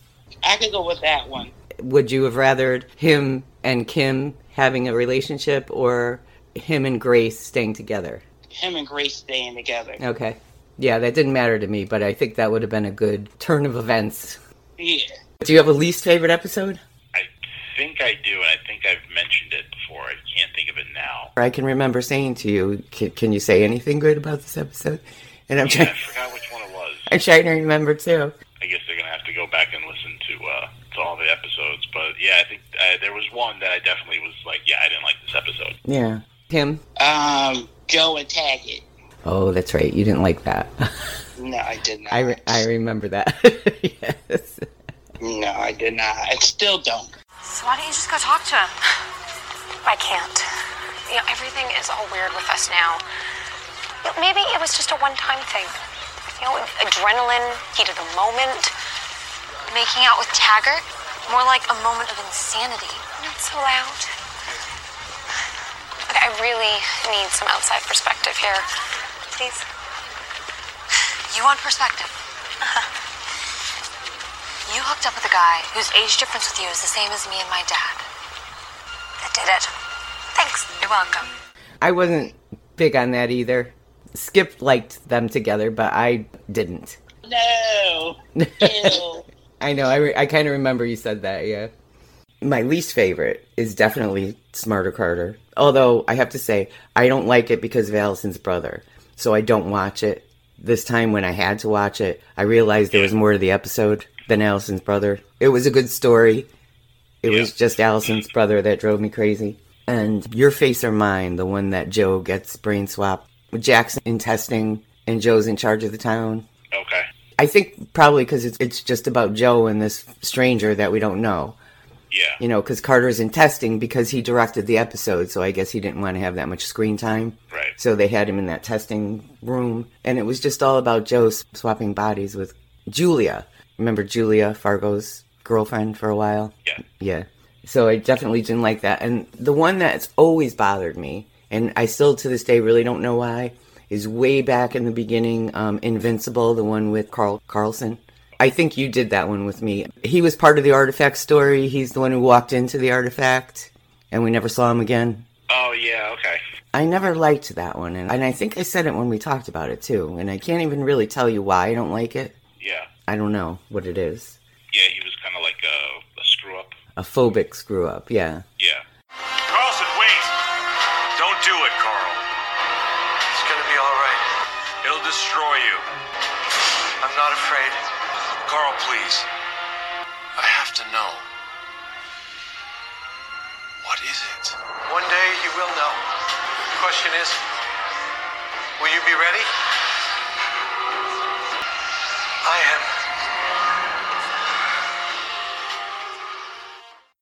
Speaker 7: I could go with that one.
Speaker 1: would you have rathered him and Kim having a relationship or him and Grace staying together?
Speaker 7: Him and Grace staying together.
Speaker 1: Okay. Yeah, that didn't matter to me, but I think that would have been a good turn of events.
Speaker 7: Yeah.
Speaker 1: Do you have a least favorite episode?
Speaker 6: I think I do, and I think I've mentioned it before. I can't think of it now.
Speaker 1: I can remember saying to you, can, can you say anything good about this episode? And I'm
Speaker 6: Yeah, I
Speaker 1: trying,
Speaker 6: forgot which one it was.
Speaker 1: I'm trying to remember too.
Speaker 6: I guess they're gonna have to go back and listen to uh, to all the episodes. But yeah, I think uh, there was one that I definitely was like, yeah, I didn't like this episode.
Speaker 1: Yeah. Kim?
Speaker 7: Um, Joe and Taggett.
Speaker 1: Oh, that's right. You didn't like that.
Speaker 7: No, I did not.
Speaker 1: I, re- I remember that. yes.
Speaker 7: No, I did not. I still don't.
Speaker 10: So why don't you just go talk to him? I can't. You know, everything is all weird with us now. You know, maybe it was just a one-time thing. You know, adrenaline, heat of the moment. Making out with Taggart, more like a moment of insanity. Not so loud. But I really need some outside perspective here. Please.
Speaker 11: You want perspective?
Speaker 10: You hooked up with a guy whose age difference with you is the same as me and my dad. That did it. Thanks. You're welcome.
Speaker 1: I wasn't big on that either. Skip liked them together, but I didn't.
Speaker 7: No.
Speaker 1: I know. I, re- I kind of remember you said that, yeah. My least favorite is definitely Smarter Carter. Although I have to say, I don't like it because of Allison's brother. So I don't watch it. This time when I had to watch it, I realized there was more to the episode than Allison's brother. It was a good story. It was just Allison's brother that drove me crazy. And Your Face or Mine, the one that Joe gets brain swapped. Jack's in testing, and Joe's in charge of the town.
Speaker 6: Okay.
Speaker 1: I think probably because it's it's just about Joe and this stranger that we don't know.
Speaker 6: Yeah.
Speaker 1: You know, because Carter's in testing because he directed the episode, so I guess he didn't want to have that much screen time.
Speaker 6: Right.
Speaker 1: So they had him in that testing room, and it was just all about Joe s- swapping bodies with Julia. Remember Julia Fargo's girlfriend for a while? Yeah. Yeah. So I definitely didn't like that. And the one that's always bothered me, and I still to this day really don't know why, is way back in the beginning, um, Invincible, the one with Carl Carlson. I think you did that one with me. He was part of the artifact story. He's the one who walked into the artifact, and we never saw him again.
Speaker 6: Oh yeah. Okay.
Speaker 1: I never liked that one, and, and I think I said it when we talked about it too. And I can't even really tell you why I don't like it.
Speaker 6: Yeah.
Speaker 1: I don't know what it is.
Speaker 6: Yeah, he was kind of like a, a screw up.
Speaker 1: A phobic screw up, yeah.
Speaker 6: Yeah.
Speaker 8: Carlson, wait! Don't do it, Carl. It's gonna be alright. It'll destroy you. I'm not afraid. Carl, please. I have to know. What is it? One day you will know. The question is, Will you be ready? I am.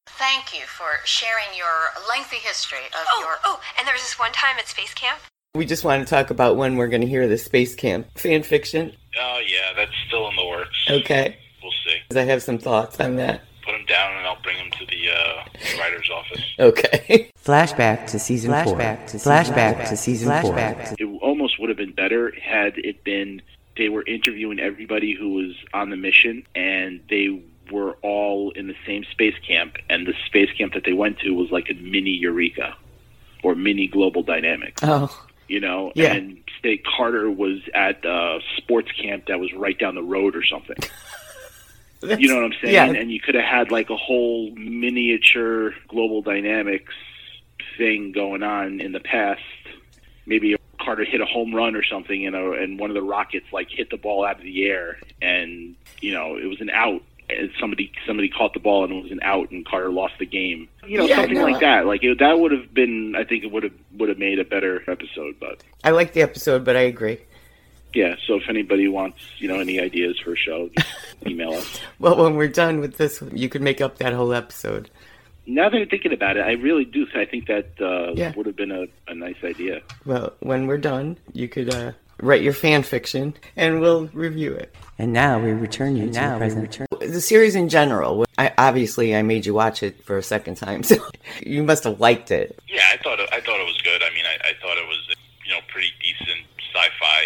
Speaker 11: Thank you for sharing your lengthy history of your.
Speaker 10: Oh, and there was this one time at space camp.
Speaker 1: We just want to talk about when we're going to hear the space camp fan fiction.
Speaker 20: Oh yeah, that's still in the works.
Speaker 1: Okay.
Speaker 20: We'll see.
Speaker 1: 'Cause I have some thoughts on that.
Speaker 20: Put them down, and I'll bring them to the uh, writer's office.
Speaker 1: Okay. Flashback to season four.
Speaker 21: Flashback to season
Speaker 1: Flashback
Speaker 21: four.
Speaker 1: to season four.
Speaker 21: Flashback to-
Speaker 6: It almost would have been better had it been they were interviewing everybody who was on the mission and they were all in the same space camp and the space camp that they went to was like a mini Eureka or mini Global Dynamics.
Speaker 1: Oh.
Speaker 6: You know,
Speaker 1: Yeah.
Speaker 6: and say Carter was at a sports camp that was right down the road or something. you know what I'm saying?
Speaker 1: yeah.
Speaker 6: And you could have had like a whole miniature global dynamics thing going on in the past. Maybe Carter hit a home run or something, and a, and one of the Rockets like hit the ball out of the air, and you know it was an out. And somebody somebody caught the ball and it was an out, and Carter lost the game. You know
Speaker 1: Yeah,
Speaker 6: something
Speaker 1: no, I-
Speaker 6: like that. Like it, that would have been, I think it would have would have made a better episode. But
Speaker 1: I like the episode, but I agree.
Speaker 6: yeah, so if anybody wants you know any ideas for a show, just email us.
Speaker 1: Well, when we're done with this, you could make up that whole episode.
Speaker 6: Now that I'm thinking about it, I really do. I think that uh,
Speaker 1: Yeah.
Speaker 6: would have been a, a nice idea.
Speaker 1: Well, when we're done, you could uh, write your fan fiction, and we'll review it. And now we return you.
Speaker 21: to the present.
Speaker 1: the series in general. I obviously I made you watch it for a second time, so you must have liked it.
Speaker 20: Yeah, I thought it, I thought it was good. I mean, I, I thought it was you know pretty decent sci-fi.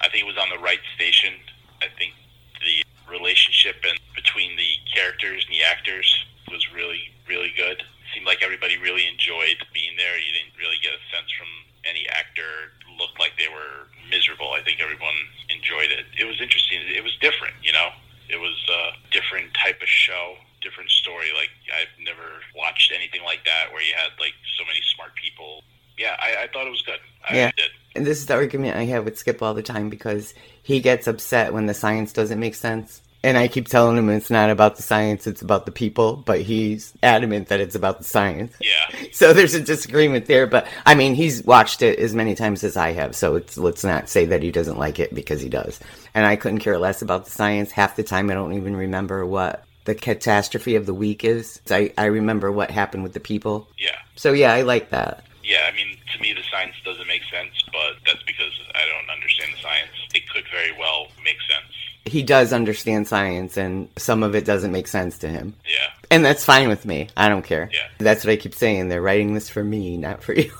Speaker 20: I think it was on the right station. I think the relationship and between the characters and the actors was really really good. seemed like everybody really enjoyed being there. You didn't really get a sense from any actor looked like they were miserable. I think everyone enjoyed it. It was interesting. It was different, you know. It was a different type of show, different story. Like I've never watched anything like that where you had like so many smart people. Yeah, I, I thought it was good. I
Speaker 1: yeah.
Speaker 20: did.
Speaker 1: And this is the argument I have with Skip all the time because he gets upset when the science doesn't make sense. And I keep telling him it's not about the science, it's about the people, but he's adamant that it's about the science.
Speaker 20: Yeah.
Speaker 1: So there's a disagreement there, but I mean, he's watched it as many times as I have, so it's, let's not say that he doesn't like it because he does. And I couldn't care less about the science. Half the time, I don't even remember what the catastrophe of the week is. I, I remember what happened with the people.
Speaker 20: Yeah.
Speaker 1: So yeah, I like that.
Speaker 20: Yeah, I mean, to me, the science doesn't make sense, but that's because I don't understand the science. It could very well make sense.
Speaker 1: he does understand science and some of it doesn't make sense to him.
Speaker 20: Yeah.
Speaker 1: And that's fine with me. I don't care.
Speaker 20: Yeah.
Speaker 1: That's what I keep saying. They're writing this for me, not for you.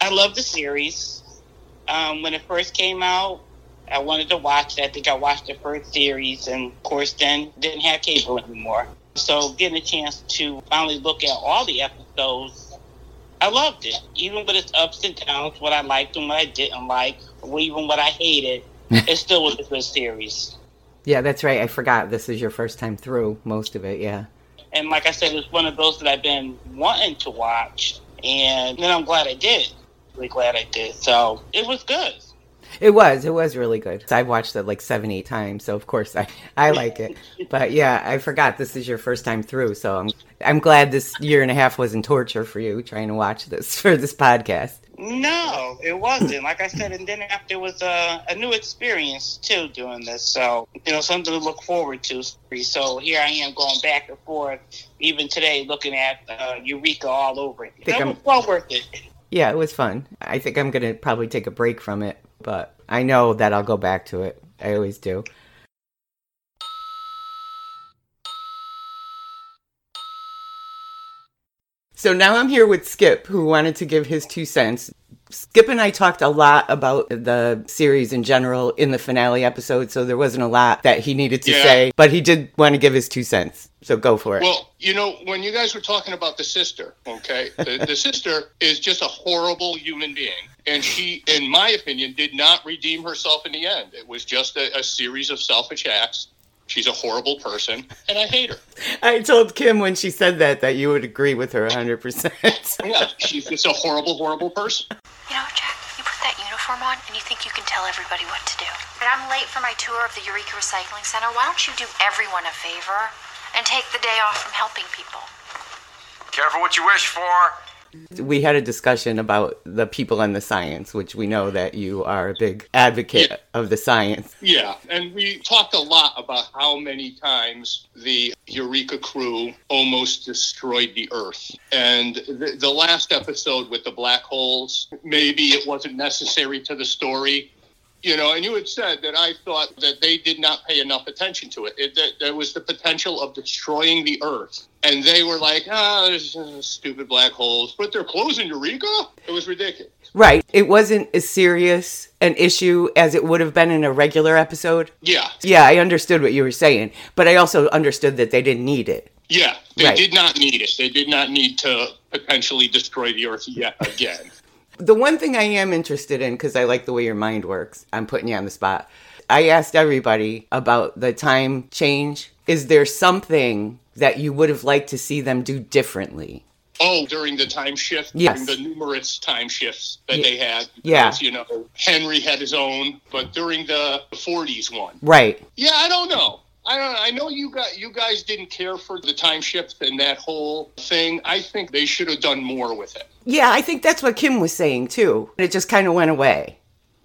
Speaker 7: I love the series. Um, when it first came out, I wanted to watch it. I think I watched the first series, and of course, then didn't have cable anymore. So, getting a chance to finally look at all the episodes, I loved it. Even with its ups and downs, what I liked and what I didn't like, or even what I hated, it still was a good series.
Speaker 1: yeah, that's right. I forgot this is your first time through most of it. Yeah.
Speaker 7: And like I said, it's one of those that I've been wanting to watch, and then I'm glad I did. Really glad I did. So, it was good.
Speaker 1: It was. It was really good. I've watched it like seven, eight times. So, of course, I, I like it. but yeah, I forgot this is your first time through. So, I'm, I'm glad this year and a half wasn't torture for you trying to watch this for this podcast.
Speaker 7: No, it wasn't. Like I said, and then after it was uh, a, a new experience too doing this. So, you know, something to look forward to. So here I am going back and forth, even today, looking at uh, Eureka all over again. That
Speaker 1: Think I'm-
Speaker 7: was well worth it.
Speaker 1: Yeah, it was fun. I think I'm going to probably take a break from it, but I know that I'll go back to it. I always do. So now I'm here with Skip, who wanted to give his two cents. Skip and I talked a lot about the series in general in the finale episode, so there wasn't a lot that he needed to
Speaker 22: Yeah.
Speaker 1: say, but he did want to give his two cents. So go for it.
Speaker 22: Well, you know, when you guys were talking about the sister, okay, the, the sister is just a horrible human being. And she, in my opinion, did not redeem herself in the end. It was just a, a series of selfish acts. She's a horrible person, and I hate her.
Speaker 1: I told Kim when she said that that you would agree with her 100%.
Speaker 22: Yeah, she's just a horrible, horrible person.
Speaker 23: You know, Jack, you put that uniform on and you think you can tell everybody what to do.
Speaker 10: But I'm late for my tour of the Eureka Recycling Center. Why don't you do everyone a favor and take the day off from helping people?
Speaker 24: Careful what you wish for.
Speaker 1: We had a discussion about the people and the science, which we know that you are a big advocate of the science.
Speaker 22: Yeah, and we talked a lot about how many times the Eureka crew almost destroyed the Earth. And the, the last episode with the black holes, maybe it wasn't necessary to the story. You know, and you had said that I thought that they did not pay enough attention to it. it that there was the potential of destroying the Earth. And they were like, ah, there's uh, stupid black holes, but they're closing Eureka? It was ridiculous.
Speaker 1: Right. It wasn't as serious an issue as it would have been in a regular episode.
Speaker 22: Yeah.
Speaker 1: Yeah, I understood what you were saying, but I also understood that they didn't need it.
Speaker 22: Yeah, they
Speaker 1: Right.
Speaker 22: did not need it. They did not need to potentially destroy the Earth yet again.
Speaker 1: The one thing I am interested in, because I like the way your mind works, I'm putting you on the spot. I asked everybody about the time change. Is there something that you would have liked to see them do differently?
Speaker 22: Oh, during the time shift,
Speaker 1: Yes.
Speaker 22: during the numerous time shifts that they had.
Speaker 1: Yeah.
Speaker 22: because, You know, Henry had his own, but during the 40s one.
Speaker 1: Right.
Speaker 22: Yeah, I don't know. I don't I know you got you guys didn't care for the time shift and that whole thing. I think they should have done more with it.
Speaker 1: Yeah, I think that's what Kim was saying too. It just kind of went away.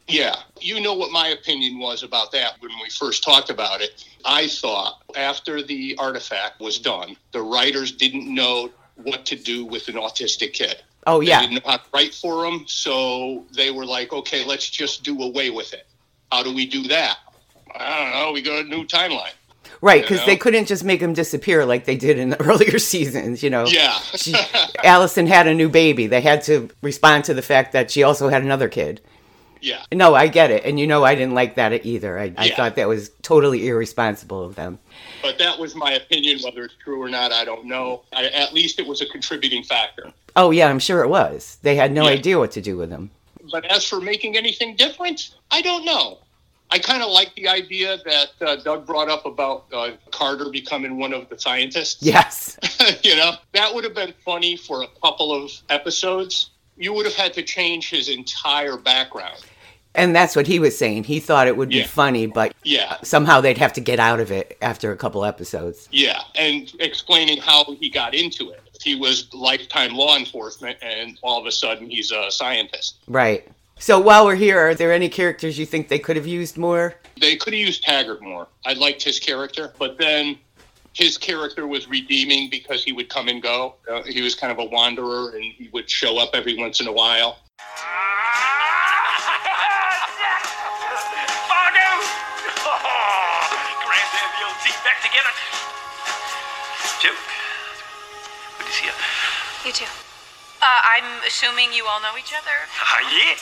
Speaker 22: Yeah. You know what my opinion was about that when we first talked about it. I thought after the artifact was done, the writers didn't know what to do with an autistic kid.
Speaker 1: Oh, yeah.
Speaker 22: They didn't know how to write for him. So they were like, okay, let's just do away with it. How do we do that? I don't know. We got a new timeline.
Speaker 1: Right, because
Speaker 22: Yeah.
Speaker 1: they couldn't just make him disappear like they did in the earlier seasons, you know?
Speaker 22: Yeah.
Speaker 1: She, Allison had a new baby. They had to respond to the fact that she also had another kid.
Speaker 22: Yeah.
Speaker 1: No, I get it. And you know, I didn't like that either. I, I
Speaker 22: Yeah.
Speaker 1: thought that was totally irresponsible of them.
Speaker 22: But that was my opinion. Whether it's true or not, I don't know. I, at least it was a contributing factor.
Speaker 1: Oh, yeah, I'm sure it was. They had no
Speaker 22: Yeah.
Speaker 1: idea what to do with him.
Speaker 22: But as for making anything different, I don't know. I kind of like the idea that uh, Doug brought up about uh, Carter becoming one of the scientists.
Speaker 1: Yes.
Speaker 22: you know, that would have been funny for a couple of episodes. You would have had to change his entire background.
Speaker 1: And that's what he was saying. He thought it would be
Speaker 22: Yeah.
Speaker 1: funny, but
Speaker 22: Yeah.
Speaker 1: somehow they'd have to get out of it after a couple episodes.
Speaker 22: Yeah, and explaining how he got into it. He was lifetime law enforcement, and all of a sudden he's a scientist.
Speaker 1: Right. So while we're here, are there any characters you think they could have used more?
Speaker 22: They could have used Taggart more. I liked his character, but then his character was redeeming because he would come and go. Uh, he was kind of a wanderer, and he would show up every once in a while.
Speaker 5: Oh, no! Oh, grab that old team back together. Joe, good to see you.
Speaker 16: You too. Uh, I'm assuming you all know each other.
Speaker 5: Ah, yeah.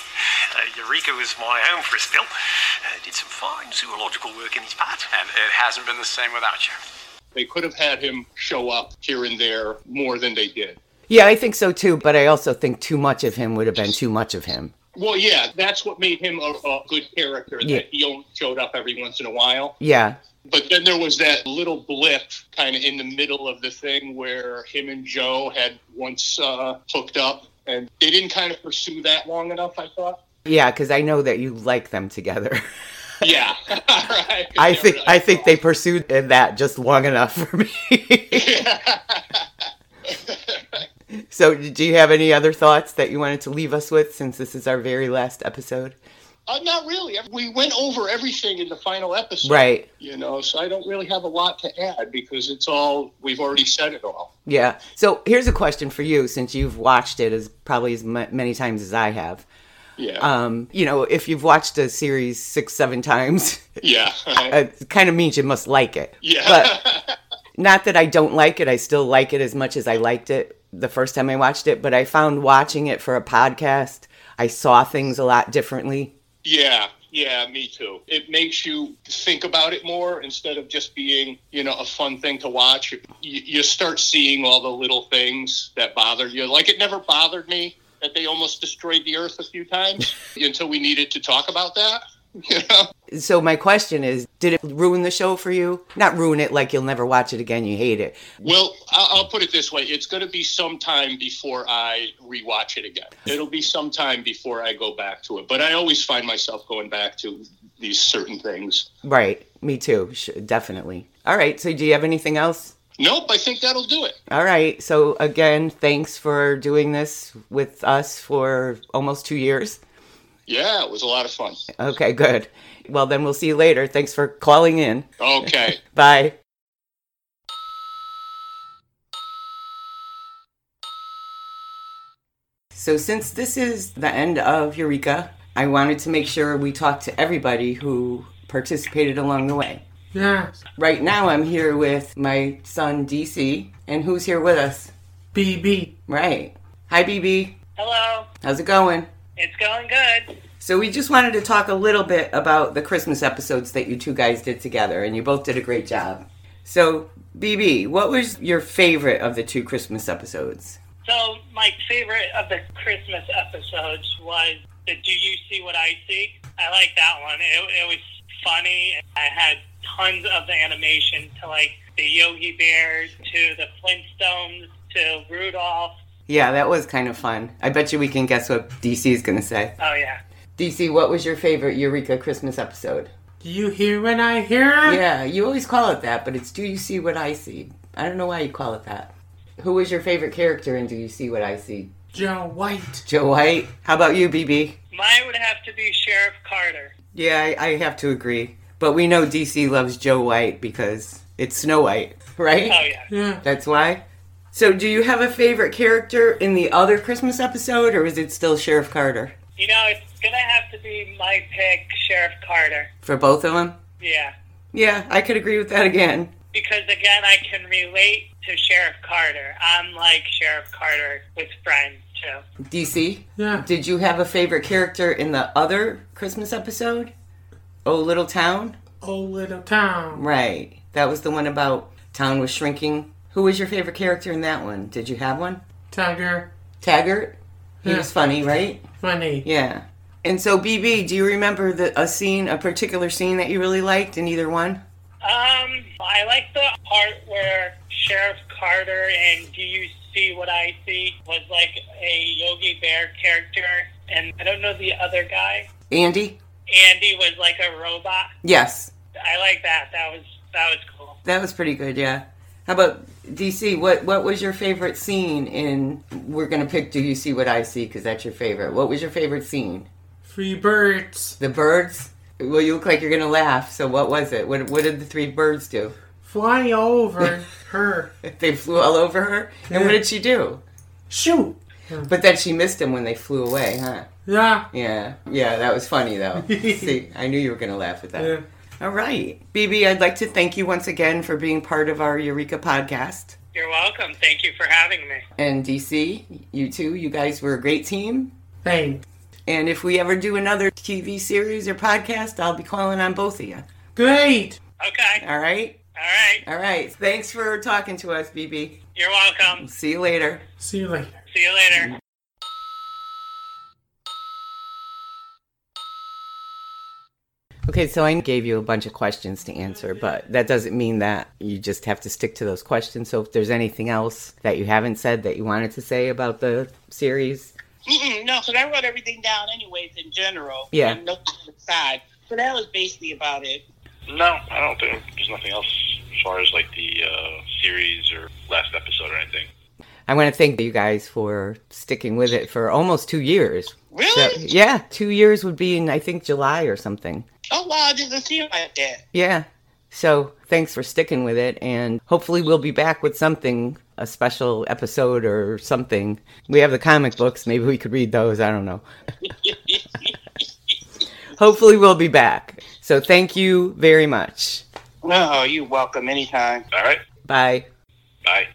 Speaker 5: Uh, Eureka was my home for a spell. Uh, did some fine zoological work in his part.
Speaker 9: And it hasn't been the same without you.
Speaker 22: They could have had him show up here and there more than they did.
Speaker 1: Yeah, I think so too, but I also think too much of him would have been too much of him.
Speaker 22: Well, yeah, that's what made him a, a good character.
Speaker 1: Yeah.
Speaker 22: That he only showed up every once in a while.
Speaker 1: Yeah.
Speaker 22: But then there was that little blip kind of in the middle of the thing where him and Joe had once uh, hooked up, and they didn't kind of pursue that long enough, I thought.
Speaker 1: Yeah, because I know that you like them together.
Speaker 22: Yeah. All right.
Speaker 1: I think I think they pursued that just long enough for me. so, do you have any other thoughts that you wanted to leave us with since this is our very last episode?
Speaker 22: Uh, not really. We went over everything in the final episode.
Speaker 1: Right.
Speaker 22: You know, so I don't really have a lot to add because it's all, we've already said it all.
Speaker 1: Yeah. So, here's a question for you since you've watched it as probably as m- many times as I have.
Speaker 22: Yeah.
Speaker 1: Um, you know, if you've watched a series 6-7 times,
Speaker 22: yeah.
Speaker 1: it kind of means you must like it.
Speaker 22: Yeah.
Speaker 1: But not that I don't like it, I still like it as much as I liked it the first time I watched it, but I found watching it for a podcast, I saw things a lot differently.
Speaker 22: Yeah, yeah, me too. It makes you think about it more instead of just being, you know, a fun thing to watch. You, you start seeing all the little things that bother you. Like it never bothered me that they almost destroyed the Earth a few times until we needed to talk about that.
Speaker 1: So my question is, did it ruin the show for you? Not ruin it like you'll never watch it again, you hate it.
Speaker 22: Well, I'll, I'll put it this way: it's going to be some time before I rewatch it again. It'll be some time before I go back to it. But I always find myself going back to these certain things.
Speaker 1: Right. Me too. Sh- definitely. All right. So do you have anything else?
Speaker 22: Nope, I think that'll do it.
Speaker 1: All right. So, again, thanks for doing this with us for almost two years.
Speaker 22: Yeah, it was a lot of fun.
Speaker 1: Okay, good. Well, then we'll see you later. Thanks for calling in.
Speaker 22: Okay.
Speaker 1: Bye. So, since this is the end of Eureka, I wanted to make sure we talked to everybody who participated along the way.
Speaker 2: Yeah.
Speaker 1: Right now, I'm here with my son DC, and who's here with us?
Speaker 2: BB.
Speaker 1: Right. Hi, BB.
Speaker 25: Hello.
Speaker 1: How's it going?
Speaker 25: It's going good.
Speaker 1: So, we just wanted to talk a little bit about the Christmas episodes that you two guys did together, and you both did a great job. So, BB, what was your favorite of the two Christmas episodes?
Speaker 25: So my favorite of the Christmas episodes was the "Do You See What I See?" I like that one. It, it was funny. I had tons of the animation to like the Yogi Bear to the Flintstones to Rudolph.
Speaker 1: Yeah, that was kind of fun. I bet you we can guess what DC is going to say.
Speaker 25: Oh yeah.
Speaker 1: DC, what was your favorite Eureka Christmas episode?
Speaker 2: Do you hear when I hear?
Speaker 1: Yeah, you always call it that, but it's "Do You See What I See?" I don't know why you call it that. Who was your favorite character and Do You See What I See?
Speaker 2: Joe White.
Speaker 1: Joe White. How about you, BB?
Speaker 25: Mine would have to be Sheriff Carter.
Speaker 1: Yeah, I, I have to agree. But we know DC loves Joe White because it's Snow White, right?
Speaker 25: Oh, yeah.
Speaker 2: Yeah.
Speaker 1: That's why. So, do you have a favorite character in the other Christmas episode, or is it still Sheriff Carter?
Speaker 25: You know, it's going to have to be my pick, Sheriff Carter.
Speaker 1: For both of them?
Speaker 25: Yeah.
Speaker 1: Yeah, I could agree with that again.
Speaker 25: Because, again, I can relate to Sheriff Carter. I'm like Sheriff Carter with friends too.
Speaker 1: DC,
Speaker 2: yeah.
Speaker 1: Did you have a favorite character in the other Christmas episode? Oh, little town.
Speaker 2: Oh, little town.
Speaker 1: Right. That was the one about town was shrinking. Who was your favorite character in that one? Did you have one?
Speaker 2: Taggart.
Speaker 1: Taggart. He
Speaker 2: Yeah.
Speaker 1: was funny, right?
Speaker 2: Funny.
Speaker 1: Yeah. And so, BB, do you remember the, a scene, a particular scene that you really liked in either one?
Speaker 25: Um, I like the part where Sheriff Carter and Do You See What I See was like a Yogi Bear character, and I don't know the other guy.
Speaker 1: Andy?
Speaker 25: Andy was like a robot.
Speaker 1: Yes.
Speaker 25: I like that. That was that was cool.
Speaker 1: That was pretty good, yeah. How about DC? What what was your favorite scene in? We're gonna pick. Do you see what I see? Because that's your favorite. What was your favorite scene?
Speaker 2: Three birds.
Speaker 1: The birds. Well, you look like you're gonna laugh. So what was it? What what did the three birds do?
Speaker 2: Fly over her.
Speaker 1: They flew all over her. And what did she do?
Speaker 2: Shoot.
Speaker 1: But then she missed them when they flew away, huh?
Speaker 2: Yeah.
Speaker 1: Yeah, yeah. That was funny though. see, I knew you were gonna laugh at that.
Speaker 2: Yeah.
Speaker 1: All right, BB. I'd like to thank you once again for being part of our Eureka podcast.
Speaker 25: You're welcome. Thank you for having me.
Speaker 1: and DC, you two, you guys were a great team.
Speaker 2: Thanks.
Speaker 1: And if we ever do another TV series or podcast, I'll be calling on both of you.
Speaker 2: Great.
Speaker 25: Okay.
Speaker 1: All right?
Speaker 25: All right.
Speaker 1: All right. Thanks for talking to us, BB.
Speaker 25: You're welcome.
Speaker 1: See you later.
Speaker 2: See you later.
Speaker 25: See you later.
Speaker 1: Okay, so I gave you a bunch of questions to answer, but that doesn't mean that you just have to stick to those questions. So if there's anything else that you haven't said that you wanted to say about the series,
Speaker 7: Mm-mm, no, so I wrote everything down anyways in general.
Speaker 1: Yeah.
Speaker 7: And notes to the side. So that was basically about it.
Speaker 6: No, I don't think there's nothing else as far as like the uh, series or last episode or anything.
Speaker 1: I want to thank you guys for sticking with it for almost two years.
Speaker 7: Really?
Speaker 1: So- yeah, two years would be in, I think, July or something.
Speaker 7: Oh wow, it doesn't seem like that.
Speaker 1: Yeah. So thanks for sticking with it. And hopefully, we'll be back with something a special episode or something. We have the comic books. Maybe we could read those. I don't know. hopefully, we'll be back. So thank you very much.
Speaker 7: No, you're welcome anytime.
Speaker 6: All right.
Speaker 1: Bye.
Speaker 6: Bye.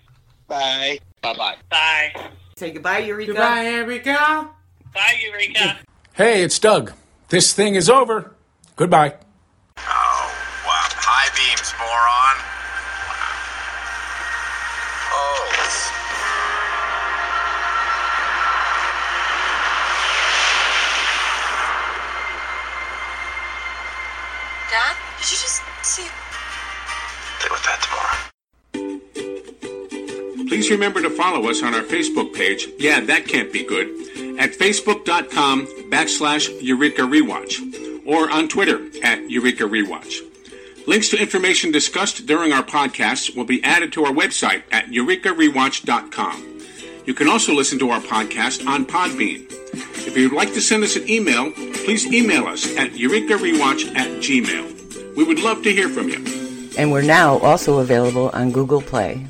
Speaker 7: Bye. Bye bye.
Speaker 25: Bye.
Speaker 1: Say goodbye, Eureka.
Speaker 2: Goodbye, Erica.
Speaker 25: Bye, Eureka.
Speaker 3: Hey, it's Doug. This thing is over. Goodbye.
Speaker 8: Wow. High beams, moron. Oh.
Speaker 18: Dad, did you just see?
Speaker 8: Deal with that tomorrow.
Speaker 3: Please remember to follow us on our Facebook page. Yeah, that can't be good. At facebook.com backslash Eureka Rewatch or on Twitter at Eureka Rewatch. Links to information discussed during our podcasts will be added to our website at eurekarewatch.com. You can also listen to our podcast on Podbean. If you'd like to send us an email, please email us at eurekarewatch at gmail. We would love to hear from you.
Speaker 1: And we're now also available on Google Play.